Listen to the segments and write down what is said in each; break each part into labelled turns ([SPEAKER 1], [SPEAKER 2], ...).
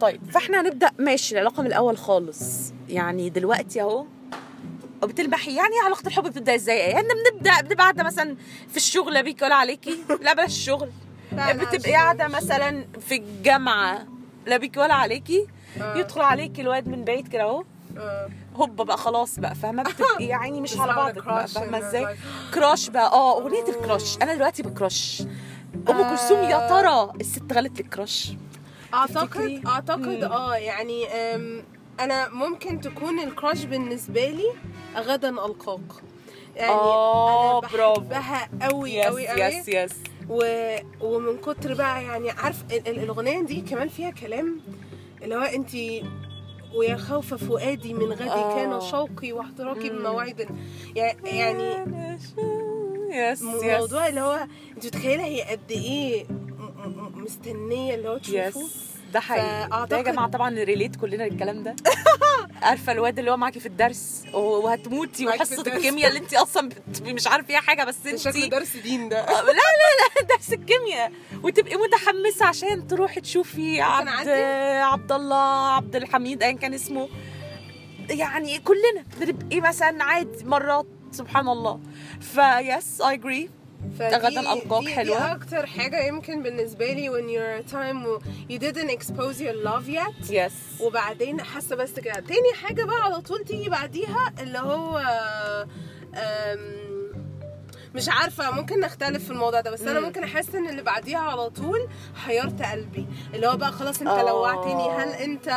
[SPEAKER 1] طيب فاحنا هنبدا ماشي الرقم الاول خالص يعني دلوقتي اهو بتلمحي يعني علاقه الحب بتبدا ازاي احنا يعني بنبدا بنبقى قاعده مثلا في الشغل بيكل عليكي لا بلاش الشغل بتبقي قاعده مثلا في الجامعه لا بيكي ولا عليكي يدخل عليكي الواد من بعيد كده اهو آه، هوبا بقى خلاص بقى فاهمه بتبقي يعني مش على بعضك بقى فاهمه ازاي كراش بقى اه اغنيه الكراش انا دلوقتي بكراش ام كلثوم يا ترى الست غلت للكراش
[SPEAKER 2] اعتقد اعتقد اه يعني انا ممكن تكون الكراش بالنسبه لي غدا القاك يعني
[SPEAKER 1] آه،
[SPEAKER 2] انا
[SPEAKER 1] برافو.
[SPEAKER 2] بحبها قوي
[SPEAKER 1] يس
[SPEAKER 2] قوي قوي
[SPEAKER 1] يس يس
[SPEAKER 2] و... ومن كتر بقى يعني عارف ال- ال- الاغنيه دي كمان فيها كلام اللي هو انت ويا خوف فؤادي من غدي
[SPEAKER 1] آه.
[SPEAKER 2] كان شوقي واحتراقي بمواعيد يع- يعني
[SPEAKER 1] يس
[SPEAKER 2] م-
[SPEAKER 1] يس
[SPEAKER 2] موضوع اللي هو انت متخيله هي قد ايه م- م- مستنيه اللي هو تشوفه
[SPEAKER 1] يس ده حقيقي ده يا
[SPEAKER 2] فأعتقد-
[SPEAKER 1] جماعه طبعا ريليت كلنا للكلام ده عارفه الواد اللي هو معاكي في الدرس و- وهتموتي
[SPEAKER 2] معاكي في
[SPEAKER 1] وحصه
[SPEAKER 2] الدرس.
[SPEAKER 1] الكيمياء اللي انت اصلا بت- مش عارف فيها حاجه بس
[SPEAKER 2] ده
[SPEAKER 1] انت
[SPEAKER 2] شكل درس دين ده
[SPEAKER 1] لا لا لا درس الكيمياء وتبقي متحمسه عشان تروحي تشوفي عبد
[SPEAKER 2] عندي؟
[SPEAKER 1] عبد الله عبد الحميد ايا كان اسمه يعني كلنا بنبقي مثلا عادي مرات سبحان الله فيس اي اجري
[SPEAKER 2] فدي-
[SPEAKER 1] غدا ألقاك
[SPEAKER 2] دي-
[SPEAKER 1] حلوة.
[SPEAKER 2] دي اكتر حاجه يمكن بالنسبه لي when your time و- you didn't expose your love yet
[SPEAKER 1] يس
[SPEAKER 2] وبعدين حاسه بس كده تاني حاجه بقى على طول تيجي بعديها اللي هو أم، مش عارفه ممكن نختلف في الموضوع ده بس انا ممكن احس ان اللي بعديها على طول حيرت قلبي اللي هو بقى خلاص انت
[SPEAKER 1] آه.
[SPEAKER 2] لوعتني هل انت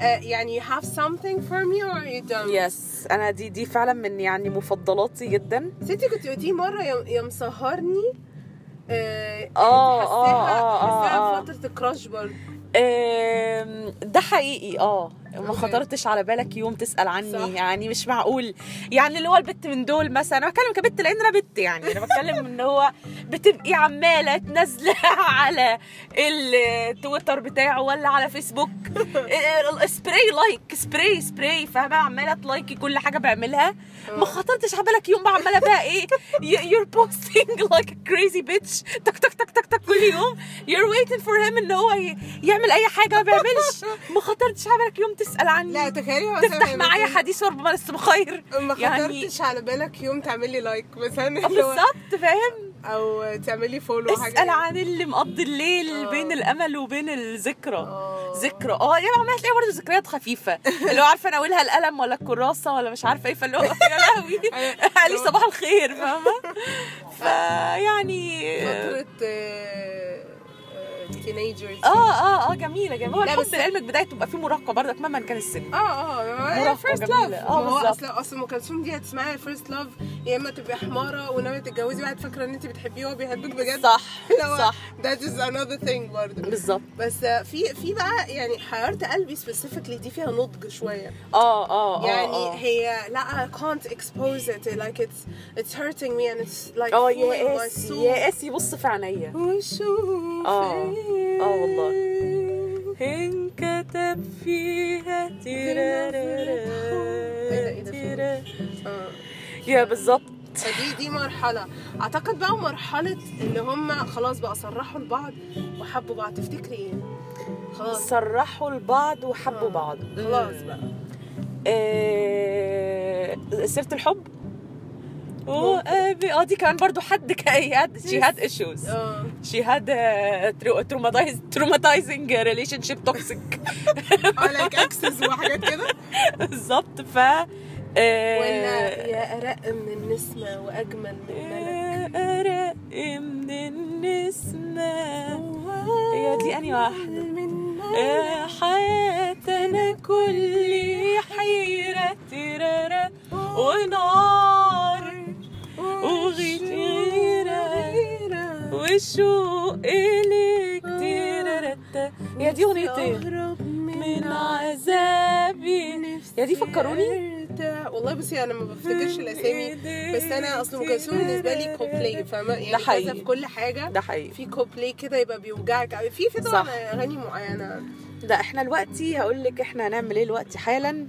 [SPEAKER 2] آه، يعني you have something for me or you don't
[SPEAKER 1] يس انا دي دي فعلا من يعني مفضلاتي جدا
[SPEAKER 2] ستي كنت قلتي مره يا يا مسهرني آه،
[SPEAKER 1] آه،
[SPEAKER 2] حساها-
[SPEAKER 1] آه، آه، آه،
[SPEAKER 2] حساها
[SPEAKER 1] آه.
[SPEAKER 2] فتره الكراش برضه
[SPEAKER 1] أم، ده حقيقي اه ما
[SPEAKER 2] أوكي.
[SPEAKER 1] خطرتش على بالك يوم تسال عني
[SPEAKER 2] صح.
[SPEAKER 1] يعني مش معقول يعني اللي هو البت من دول مثلا انا بتكلم كبت لان انا بت يعني انا بتكلم ان هو بتبقي عماله تنزله على التويتر بتاعه ولا على فيسبوك إيه، سبراي لايك سبراي سبراي فاهمه عماله تلايكي كل حاجه بعملها ما خطرتش على بالك يوم بقى عماله بقى ايه يور بوستنج لايك كريزي بيتش تك تك تك تك تك كل يوم يور ويتنج فور هيم ان هو ي- يعمل اي حاجه ما بيعملش ما خطرتش على بالك يوم تسال عني
[SPEAKER 2] لا تخيلي مثلاً
[SPEAKER 1] تفتح
[SPEAKER 2] لما
[SPEAKER 1] معايا
[SPEAKER 2] تيجي-
[SPEAKER 1] حديث وربما لسه بخير
[SPEAKER 2] ما
[SPEAKER 1] يعني
[SPEAKER 2] خطرتش على بالك يوم تعملي لايك مثلا
[SPEAKER 1] آه،
[SPEAKER 2] اللي هو-
[SPEAKER 1] بالظبط فاهم
[SPEAKER 2] او تعملي يعني. فولو حاجه
[SPEAKER 1] اسال عن اللي مقضي الليل
[SPEAKER 2] آه.
[SPEAKER 1] بين الامل وبين الذكرى
[SPEAKER 2] آه.
[SPEAKER 1] ذكرى اه يا جماعه هتلاقي برضه ذكريات خفيفه اللي هو عارفه انا اقولها القلم ولا الكراسه ولا مش عارفه ايه فاللي هو يا لهوي
[SPEAKER 2] أيوة.
[SPEAKER 1] علي صباح الخير فاهمه فيعني
[SPEAKER 2] فتره آه، تينيجرز
[SPEAKER 1] اه اه اه جميله جميله هو
[SPEAKER 2] لا،
[SPEAKER 1] الحب
[SPEAKER 2] بس-
[SPEAKER 1] لعلمك بدايته بقى فيه مراهقه برضك مهما كان السن
[SPEAKER 2] اه اه
[SPEAKER 1] مراهقة
[SPEAKER 2] فيرست لاف
[SPEAKER 1] جميلة. آه،
[SPEAKER 2] هو
[SPEAKER 1] بالظبط.
[SPEAKER 2] اصلا اصلا ام كلثوم دي هتسمعيها فيرست لاف يا اما تبقي حماره وناويه تتجوزي واحد فاكره ان انت بتحبيه وهو بيحبك بجد
[SPEAKER 1] صح
[SPEAKER 2] لو
[SPEAKER 1] صح
[SPEAKER 2] ذات از انذر ثينج برضه
[SPEAKER 1] بالظبط
[SPEAKER 2] بس آه، في في بقى يعني حيرت قلبي سبيسيفيكلي دي فيها نضج شويه
[SPEAKER 1] اه اه آه،
[SPEAKER 2] يعني
[SPEAKER 1] اه
[SPEAKER 2] هي لا I can't expose it like it's it's hurting me and it's like
[SPEAKER 1] اه
[SPEAKER 2] fooling
[SPEAKER 1] يا
[SPEAKER 2] my
[SPEAKER 1] اسي
[SPEAKER 2] soul. Oh,
[SPEAKER 1] يا اسي بص في عينيا
[SPEAKER 2] وشوف
[SPEAKER 1] آه. آه والله.
[SPEAKER 2] ايه
[SPEAKER 1] انكتب فيها
[SPEAKER 2] ده؟ إيه ده؟
[SPEAKER 1] تيرارارا
[SPEAKER 2] فين؟ آه.
[SPEAKER 1] يا بالظبط
[SPEAKER 2] فدي دي مرحلة أعتقد بقى مرحلة إن هما خلاص بقى صرحوا لبعض وحبوا بعض تفتكري إيه؟ خلاص
[SPEAKER 1] صرحوا لبعض وحبوا
[SPEAKER 2] آه.
[SPEAKER 1] بعض
[SPEAKER 2] خلاص بقى
[SPEAKER 1] آه، سيره الحب وقابي اه دي كمان برضو حد كاي هاد شي هاد ايشوز
[SPEAKER 2] آه.
[SPEAKER 1] شي هاد تروماتايزنج ريليشن شيب توكسيك
[SPEAKER 2] آه لايك اكسس وحاجات كده
[SPEAKER 1] بالظبط ف آه.
[SPEAKER 2] ولا
[SPEAKER 1] ولا
[SPEAKER 2] يا أرق من النسمة وأجمل
[SPEAKER 1] آه.
[SPEAKER 2] من الملك
[SPEAKER 1] أرق من النسمة هي دي أنهي واحدة؟
[SPEAKER 2] من ملك.
[SPEAKER 1] آه، حياتنا كل حيرة ترارا ونار وغيرة. وشوق إليك ترارا يا دي أغنيتين من عذابي يا دي فكروني
[SPEAKER 2] والله بصي انا ما بفتكرش الاسامي بس انا اصلا ام كلثوم بالنسبه لي كوبلاي فاهمه يعني
[SPEAKER 1] ده
[SPEAKER 2] كذا
[SPEAKER 1] حقيقي.
[SPEAKER 2] في كل حاجه
[SPEAKER 1] ده حقيقي
[SPEAKER 2] في كوبلاي كده يبقى بيوجعك أوي. في في طبعا
[SPEAKER 1] صح.
[SPEAKER 2] اغاني معينه
[SPEAKER 1] ده احنا دلوقتي هقول لك احنا هنعمل ايه دلوقتي حالا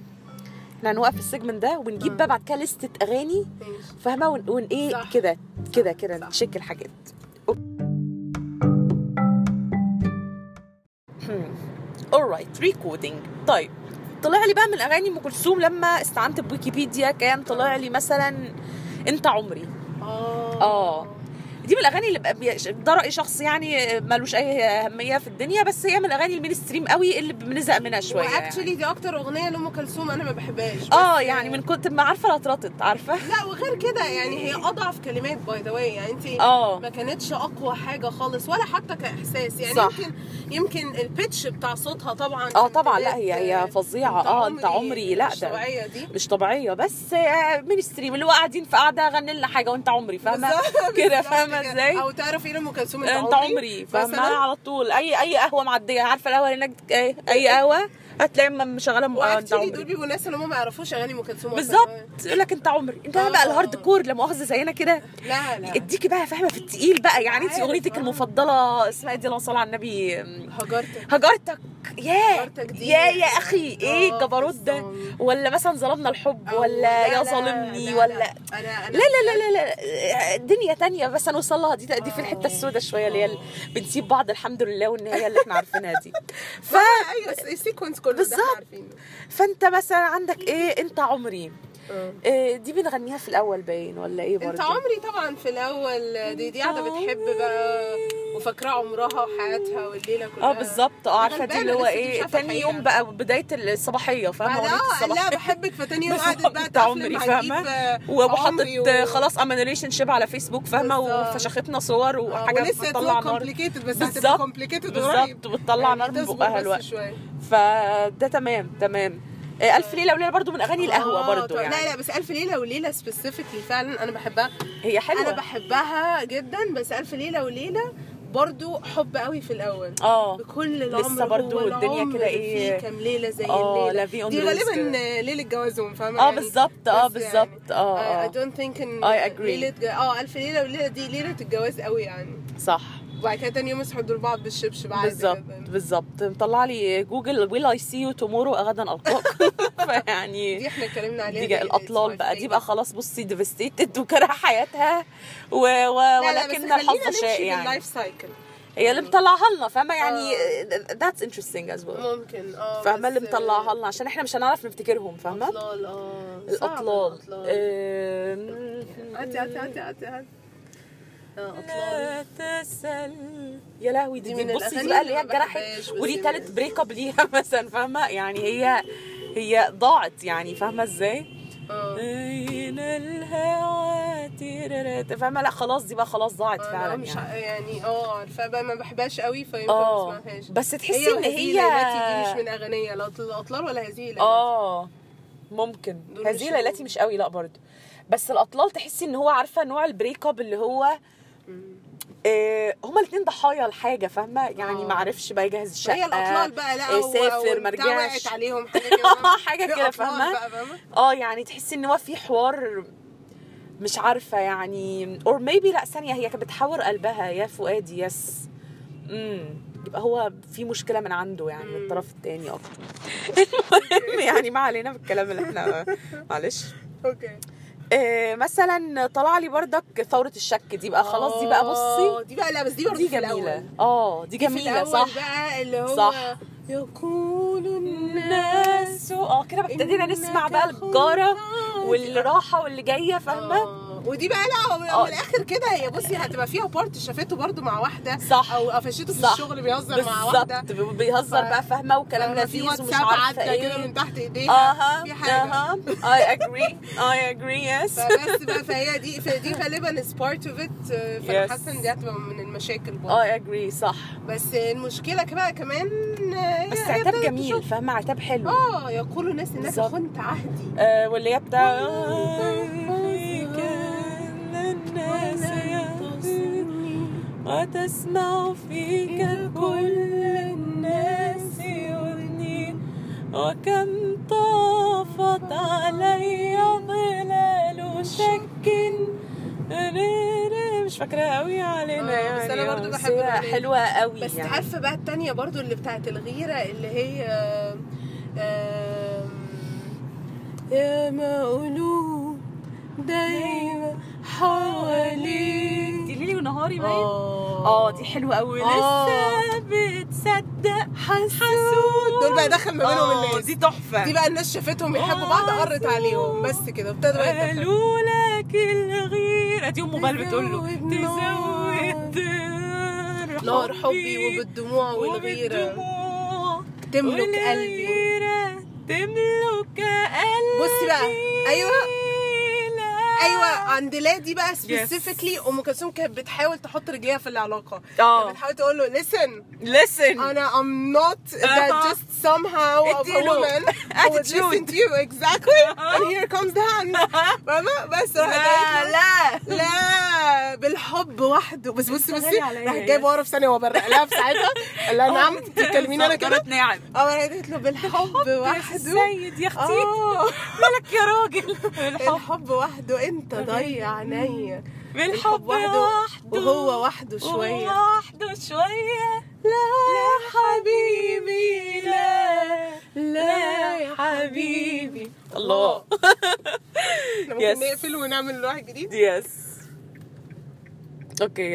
[SPEAKER 1] احنا هنوقف السيجمنت ده ونجيب بقى بعد كده لستة اغاني
[SPEAKER 2] ماشي
[SPEAKER 1] فاهمه ون, ون ايه
[SPEAKER 2] صح.
[SPEAKER 1] كده كده كده
[SPEAKER 2] صح.
[SPEAKER 1] نشيك الحاجات Hmm. alright ريكودينج طيب طلع لي بقى من اغاني ام كلثوم لما استعنت بويكيبيديا كان طلع لي مثلا انت عمري
[SPEAKER 2] اه
[SPEAKER 1] اه دي من الاغاني اللي بقى بي- ده راي شخص يعني ملوش اي اهميه في الدنيا بس هي من الاغاني المينستريم قوي اللي بنزهق منها شويه يعني.
[SPEAKER 2] واكشلي دي اكتر اغنيه لام كلثوم انا ما بحبهاش بس-
[SPEAKER 1] اه يعني من كنت ما عارفه لا اترطت عارفه
[SPEAKER 2] لا وغير كده يعني هي اضعف كلمات باي ذا واي يعني انت
[SPEAKER 1] آه.
[SPEAKER 2] ما كانتش اقوى حاجه خالص ولا حتى كاحساس يعني
[SPEAKER 1] صح.
[SPEAKER 2] يمكن يمكن البيتش بتاع صوتها طبعا
[SPEAKER 1] اه طبعا
[SPEAKER 2] كانت
[SPEAKER 1] لا هي هي
[SPEAKER 2] بداية
[SPEAKER 1] فظيعه اه انت عمري لا
[SPEAKER 2] مش
[SPEAKER 1] ده
[SPEAKER 2] طبيعيه دي
[SPEAKER 1] مش طبيعيه بس آه، مينستريم اللي هو قاعدين في قاعده غني لنا حاجه وانت عمري فاهمه
[SPEAKER 2] بالظبط
[SPEAKER 1] كده
[SPEAKER 2] بالظبط
[SPEAKER 1] فاهمه
[SPEAKER 2] كده.
[SPEAKER 1] ازاي
[SPEAKER 2] او تعرف ايه لام كلثوم
[SPEAKER 1] انت عمري آه، فاهمه
[SPEAKER 2] مثلا
[SPEAKER 1] على طول اي اي قهوه معديه عارفه القهوه اللي هناك اي اي قهوه هتلاقي م- مشغله م- آه، انت
[SPEAKER 2] واكشلي دول
[SPEAKER 1] عمري
[SPEAKER 2] بيبقوا ناس اللي هم ما يعرفوش اغاني ام كلثوم أصلاً.
[SPEAKER 1] بالظبط يقول لك انت عمري انت
[SPEAKER 2] آه.
[SPEAKER 1] بقى الهارد كور لا مؤاخذه زينا كده
[SPEAKER 2] لا لا
[SPEAKER 1] اديكي بقى فاهمه في التقيل بقى يعني انت
[SPEAKER 2] عارف،
[SPEAKER 1] اغنيتك
[SPEAKER 2] آه.
[SPEAKER 1] المفضله اسمها ايه دي اللهم صل على النبي
[SPEAKER 2] هجرتك
[SPEAKER 1] هجرتك يا
[SPEAKER 2] هجرتك دي.
[SPEAKER 1] يا يا اخي ايه
[SPEAKER 2] آه،
[SPEAKER 1] الجبروت ده
[SPEAKER 2] بالظبط.
[SPEAKER 1] ولا مثلا ظلمنا الحب
[SPEAKER 2] أو
[SPEAKER 1] ولا
[SPEAKER 2] لا،
[SPEAKER 1] يا
[SPEAKER 2] لا،
[SPEAKER 1] ظالمني
[SPEAKER 2] لا،
[SPEAKER 1] ولا
[SPEAKER 2] لا أنا- أنا
[SPEAKER 1] لا لا لا لا لا دنيا تانية بس هنوصل لها دي دي في الحته السوداء شويه اللي هي ال- بنسيب بعض الحمد لله والنهايه اللي احنا عارفينها دي ف
[SPEAKER 2] ايوه السيكونس كله ده
[SPEAKER 1] بالظبط.
[SPEAKER 2] احنا عارفينه
[SPEAKER 1] فانت مثلا عندك ايه انت عمري
[SPEAKER 2] آه.
[SPEAKER 1] إيه دي بنغنيها في الاول باين ولا ايه برضه
[SPEAKER 2] انت عمري طبعا في الاول دي دي قاعده
[SPEAKER 1] أنت
[SPEAKER 2] بتحب بقى وفاكره عمرها وحياتها والليله كلها
[SPEAKER 1] اه بالظبط اه عارفه دي
[SPEAKER 2] غلبانة
[SPEAKER 1] اللي هو
[SPEAKER 2] لسه دي
[SPEAKER 1] ايه
[SPEAKER 2] مش عارفة
[SPEAKER 1] تاني
[SPEAKER 2] حاجة.
[SPEAKER 1] يوم بقى بدايه الصباحيه فاهمه
[SPEAKER 2] بعد-
[SPEAKER 1] اغنيه
[SPEAKER 2] اه لا
[SPEAKER 1] الصباحيه
[SPEAKER 2] بحبك فتاني يوم قعدت بقى
[SPEAKER 1] بالظبط
[SPEAKER 2] تعفلم
[SPEAKER 1] عمري
[SPEAKER 2] مع
[SPEAKER 1] فاهمه
[SPEAKER 2] الجيب، آه، عمري
[SPEAKER 1] وحطت
[SPEAKER 2] و-
[SPEAKER 1] خلاص اما ريليشن شيب على فيسبوك فاهمه
[SPEAKER 2] بالظبط.
[SPEAKER 1] وفشختنا صور
[SPEAKER 2] آه،
[SPEAKER 1] وحاجه
[SPEAKER 2] ولسه
[SPEAKER 1] بتطلع
[SPEAKER 2] تطلع
[SPEAKER 1] نار
[SPEAKER 2] كومبليكيتد بس هتبقى
[SPEAKER 1] بالظبط،
[SPEAKER 2] كومبليكيتد
[SPEAKER 1] بالظبط،
[SPEAKER 2] قريب
[SPEAKER 1] وبتطلع
[SPEAKER 2] يعني
[SPEAKER 1] نار من
[SPEAKER 2] تصبر
[SPEAKER 1] بقها
[SPEAKER 2] بس
[SPEAKER 1] الوقت.
[SPEAKER 2] شوية.
[SPEAKER 1] فده تمام تمام إيه، الف ليله وليله برضو من اغاني القهوه
[SPEAKER 2] آه،
[SPEAKER 1] برضو
[SPEAKER 2] طبعاً.
[SPEAKER 1] يعني
[SPEAKER 2] لا لا بس الف ليله وليله سبيسيفيكلي فعلا انا بحبها
[SPEAKER 1] هي حلوه
[SPEAKER 2] انا بحبها جدا بس الف ليله وليله برضو حب قوي في الاول
[SPEAKER 1] اه
[SPEAKER 2] بكل العمر
[SPEAKER 1] لسه برضو
[SPEAKER 2] هو
[SPEAKER 1] الدنيا
[SPEAKER 2] العمر
[SPEAKER 1] كده إيه؟
[SPEAKER 2] فيه كام ليله زي
[SPEAKER 1] آه،
[SPEAKER 2] الليله
[SPEAKER 1] لا في on
[SPEAKER 2] دي
[SPEAKER 1] the list
[SPEAKER 2] غالبا
[SPEAKER 1] كده.
[SPEAKER 2] ليله جوازهم فاهمه
[SPEAKER 1] آه،
[SPEAKER 2] يعني؟
[SPEAKER 1] بالظبط، آه،
[SPEAKER 2] بس يعني
[SPEAKER 1] بالظبط، آه،
[SPEAKER 2] I-
[SPEAKER 1] آه.
[SPEAKER 2] I don't think ان
[SPEAKER 1] I agree.
[SPEAKER 2] ليله جو- اه الف ليله وليله دي ليله الجواز قوي يعني
[SPEAKER 1] صح
[SPEAKER 2] وبعد كده تاني يوم يصحوا يدوا لبعض بالشبشب عادي
[SPEAKER 1] بالظبط
[SPEAKER 2] جداً.
[SPEAKER 1] بالظبط مطلع لي جوجل ويل اي سي يو تومورو غدا القاكم فيعني
[SPEAKER 2] دي احنا اتكلمنا عليها
[SPEAKER 1] دي جا-
[SPEAKER 2] it's
[SPEAKER 1] الاطلال
[SPEAKER 2] my
[SPEAKER 1] بقى دي بقى
[SPEAKER 2] favorite.
[SPEAKER 1] خلاص بصي ديفستيتد وكره حياتها و... و...
[SPEAKER 2] لا لا بس
[SPEAKER 1] ولكن
[SPEAKER 2] خلينا
[SPEAKER 1] الحظ
[SPEAKER 2] نمشي
[SPEAKER 1] شاء يعني
[SPEAKER 2] باللايف سايكل
[SPEAKER 1] هي اللي مطلعها لنا فاهمه يعني
[SPEAKER 2] آه.
[SPEAKER 1] ذاتس انترستنج از ويل
[SPEAKER 2] ممكن اه
[SPEAKER 1] فاهمه اللي
[SPEAKER 2] بس-
[SPEAKER 1] مطلعها لنا عشان احنا مش هنعرف نفتكرهم فاهمه
[SPEAKER 2] الاطلال اه صعب
[SPEAKER 1] الاطلال
[SPEAKER 2] الأطلال.
[SPEAKER 1] آم،
[SPEAKER 2] عادي عادي عادي عادي عادي. اه اطلال
[SPEAKER 1] لا تسأل يا لهوي دي,
[SPEAKER 2] دي
[SPEAKER 1] دي
[SPEAKER 2] من
[SPEAKER 1] بصي
[SPEAKER 2] الأغاني
[SPEAKER 1] بقى
[SPEAKER 2] اللي
[SPEAKER 1] اللي هي
[SPEAKER 2] ما
[SPEAKER 1] اتجرحت
[SPEAKER 2] بحبهاش بس
[SPEAKER 1] ودي
[SPEAKER 2] هي
[SPEAKER 1] تالت بريك اب ليها مثلا فاهمه يعني هي هي ضاعت يعني فاهمه ازاي؟
[SPEAKER 2] اه
[SPEAKER 1] أين الهوى تيررت. فاهمه لا خلاص دي بقى خلاص ضاعت
[SPEAKER 2] أنا
[SPEAKER 1] فعلا
[SPEAKER 2] مش
[SPEAKER 1] يعني
[SPEAKER 2] ع- يعني اه عارفه بقى ما بحبهاش قوي فيمكن ما
[SPEAKER 1] اه
[SPEAKER 2] اسمعهاش
[SPEAKER 1] بس تحسي ان
[SPEAKER 2] وهذه
[SPEAKER 1] هي
[SPEAKER 2] ليلتي دي مش من اغنيه لا الاطلال ولا يعني. هذه ليلتي.
[SPEAKER 1] اه ممكن
[SPEAKER 2] دول مش
[SPEAKER 1] هذه ليلتي
[SPEAKER 2] حلوين.
[SPEAKER 1] مش قوي لا برضو بس الاطلال تحسي ان هو عارفه نوع البريك اب اللي هو آه هما الاثنين ضحايا لحاجه فاهمه يعني
[SPEAKER 2] آه.
[SPEAKER 1] ما عرفش بقى يجهز الشقه
[SPEAKER 2] هي الاطلال بقى لا
[SPEAKER 1] آه،
[SPEAKER 2] أو-
[SPEAKER 1] سافر
[SPEAKER 2] أو
[SPEAKER 1] ما
[SPEAKER 2] بتاع
[SPEAKER 1] رجعش
[SPEAKER 2] وقعت عليهم حاجه كده
[SPEAKER 1] آه، حاجه
[SPEAKER 2] في
[SPEAKER 1] كده
[SPEAKER 2] أطلال
[SPEAKER 1] فاهمه
[SPEAKER 2] بقى، فاهمه
[SPEAKER 1] اه يعني تحسي ان هو في حوار مش عارفه يعني اور ميبي لا ثانيه هي كانت بتحاور قلبها يا فؤادي يس امم يبقى هو في مشكله من عنده يعني من
[SPEAKER 2] مم.
[SPEAKER 1] الطرف الثاني اكتر المهم يعني ما علينا من الكلام اللي احنا معلش
[SPEAKER 2] اوكي
[SPEAKER 1] آه، مثلا طلع لي بردك ثوره الشك دي بقى خلاص دي بقى
[SPEAKER 2] آه،
[SPEAKER 1] بصي
[SPEAKER 2] دي بقى لا بس دي برضه
[SPEAKER 1] دي
[SPEAKER 2] في الأول.
[SPEAKER 1] جميله اه دي
[SPEAKER 2] في
[SPEAKER 1] جميله
[SPEAKER 2] الأول
[SPEAKER 1] صح
[SPEAKER 2] بقى اللي هو
[SPEAKER 1] صح.
[SPEAKER 2] يقول
[SPEAKER 1] الناس اه كده ابتدينا نسمع
[SPEAKER 2] إنك
[SPEAKER 1] بقى الجاره
[SPEAKER 2] خدعت.
[SPEAKER 1] واللي راحه واللي جايه فاهمه
[SPEAKER 2] آه، ودي بقى لا من
[SPEAKER 1] آه.
[SPEAKER 2] الاخر كده هي بصي هتبقى فيها بارت شافته برضه مع واحده
[SPEAKER 1] صح.
[SPEAKER 2] او قفشته في
[SPEAKER 1] صح.
[SPEAKER 2] الشغل بيهزر مع واحده
[SPEAKER 1] بالظبط بيهزر
[SPEAKER 2] ف-
[SPEAKER 1] بقى فاهمه وكلام
[SPEAKER 2] فاهمة؟ آه، في
[SPEAKER 1] لذيذ ومش
[SPEAKER 2] واتساب
[SPEAKER 1] عارفه
[SPEAKER 2] عدى كده
[SPEAKER 1] ايه
[SPEAKER 2] من تحت ايديها
[SPEAKER 1] اها
[SPEAKER 2] في حاجه
[SPEAKER 1] اها اي اجري اي اجري يس
[SPEAKER 2] فبس بقى فهي دي فدي غالبا is part of it آه، فانا
[SPEAKER 1] Yes. آه.
[SPEAKER 2] حاسه ان دي هتبقى من المشاكل برضه
[SPEAKER 1] اي اجري صح
[SPEAKER 2] بس المشكله كمان كمان آه،
[SPEAKER 1] بس
[SPEAKER 2] هي- هي
[SPEAKER 1] عتاب
[SPEAKER 2] بدأت
[SPEAKER 1] جميل
[SPEAKER 2] تشوف.
[SPEAKER 1] فاهمه عتاب حلو
[SPEAKER 2] اه يقول الناس انك
[SPEAKER 1] بالظبط.
[SPEAKER 2] خنت عهدي
[SPEAKER 1] آه، واللي هي بتاع كان الناس يهتدي وتسمع فيك كل الناس يغني وكم طافت علي ظلال شك مش فاكراها قوي علينا
[SPEAKER 2] آه،
[SPEAKER 1] يعني
[SPEAKER 2] بس أنا برضو بحب
[SPEAKER 1] هي
[SPEAKER 2] الأغنية.
[SPEAKER 1] حلوه قوي
[SPEAKER 2] بس
[SPEAKER 1] يعني.
[SPEAKER 2] عارفه بقى التانية برضو اللي بتاعت الغيره اللي هي آه، آم، يا مقلوب دايما
[SPEAKER 1] دي
[SPEAKER 2] حواليك
[SPEAKER 1] ليلي ونهاري باين
[SPEAKER 2] اه
[SPEAKER 1] اه آه، دي حلوه قوي
[SPEAKER 2] آه.
[SPEAKER 1] لسه بتصدق
[SPEAKER 2] حسود دول بقى دخل ما بينهم
[SPEAKER 1] اه
[SPEAKER 2] الناس
[SPEAKER 1] دي تحفه
[SPEAKER 2] دي بقى الناس شافتهم يحبوا بعض قرت عليهم بس كده ابتدى بقى يتدخل.
[SPEAKER 1] آه، قالوا لك الغيره دي ام بال بتقول له
[SPEAKER 2] تزود نار.
[SPEAKER 1] تزود نار
[SPEAKER 2] نار حبي وبالدموع والغيره
[SPEAKER 1] وبالدموع
[SPEAKER 2] تملك قلبي.
[SPEAKER 1] والغيرة تملك قلبي
[SPEAKER 2] بصي بقى. أيوة.
[SPEAKER 1] لا.
[SPEAKER 2] ايوه عند لا دي بقى سبيسيفيكلي ام كلثوم كانت بتحاول تحط رجليها في العلاقه
[SPEAKER 1] اه.
[SPEAKER 2] كانت بتحاول تقول له listen
[SPEAKER 1] listen
[SPEAKER 2] انا I'm not
[SPEAKER 1] آه.
[SPEAKER 2] that just somehow of a
[SPEAKER 1] اديله
[SPEAKER 2] woman who would listen
[SPEAKER 1] attitude.
[SPEAKER 2] to you exactly and here comes the hand فاهمة بس راحت قالت
[SPEAKER 1] لا
[SPEAKER 2] له لا بالحب وحده بس بصي بصي
[SPEAKER 1] اشتغلي عليا
[SPEAKER 2] راحت
[SPEAKER 1] يا
[SPEAKER 2] جايب ورا في ثانية وبرق لها في ساعتها قال لها نعم بتكلميني انا كده
[SPEAKER 1] صغرت ناعم
[SPEAKER 2] اه راحت قالت له بالحب وحده
[SPEAKER 1] السيد يا اختي
[SPEAKER 2] آه.
[SPEAKER 1] مالك يا راجل الحب
[SPEAKER 2] الحب وحده انت ضيع عينيا
[SPEAKER 1] بالحب وحده
[SPEAKER 2] وهو وحده شوية
[SPEAKER 1] وهو وحده شويه
[SPEAKER 2] لا
[SPEAKER 1] حبيبي لا
[SPEAKER 2] لا يا
[SPEAKER 1] حبيبي الله
[SPEAKER 2] احنا
[SPEAKER 1] Yes.
[SPEAKER 2] ممكن نقفل ونعمل لوحة جديد
[SPEAKER 1] يس اوكي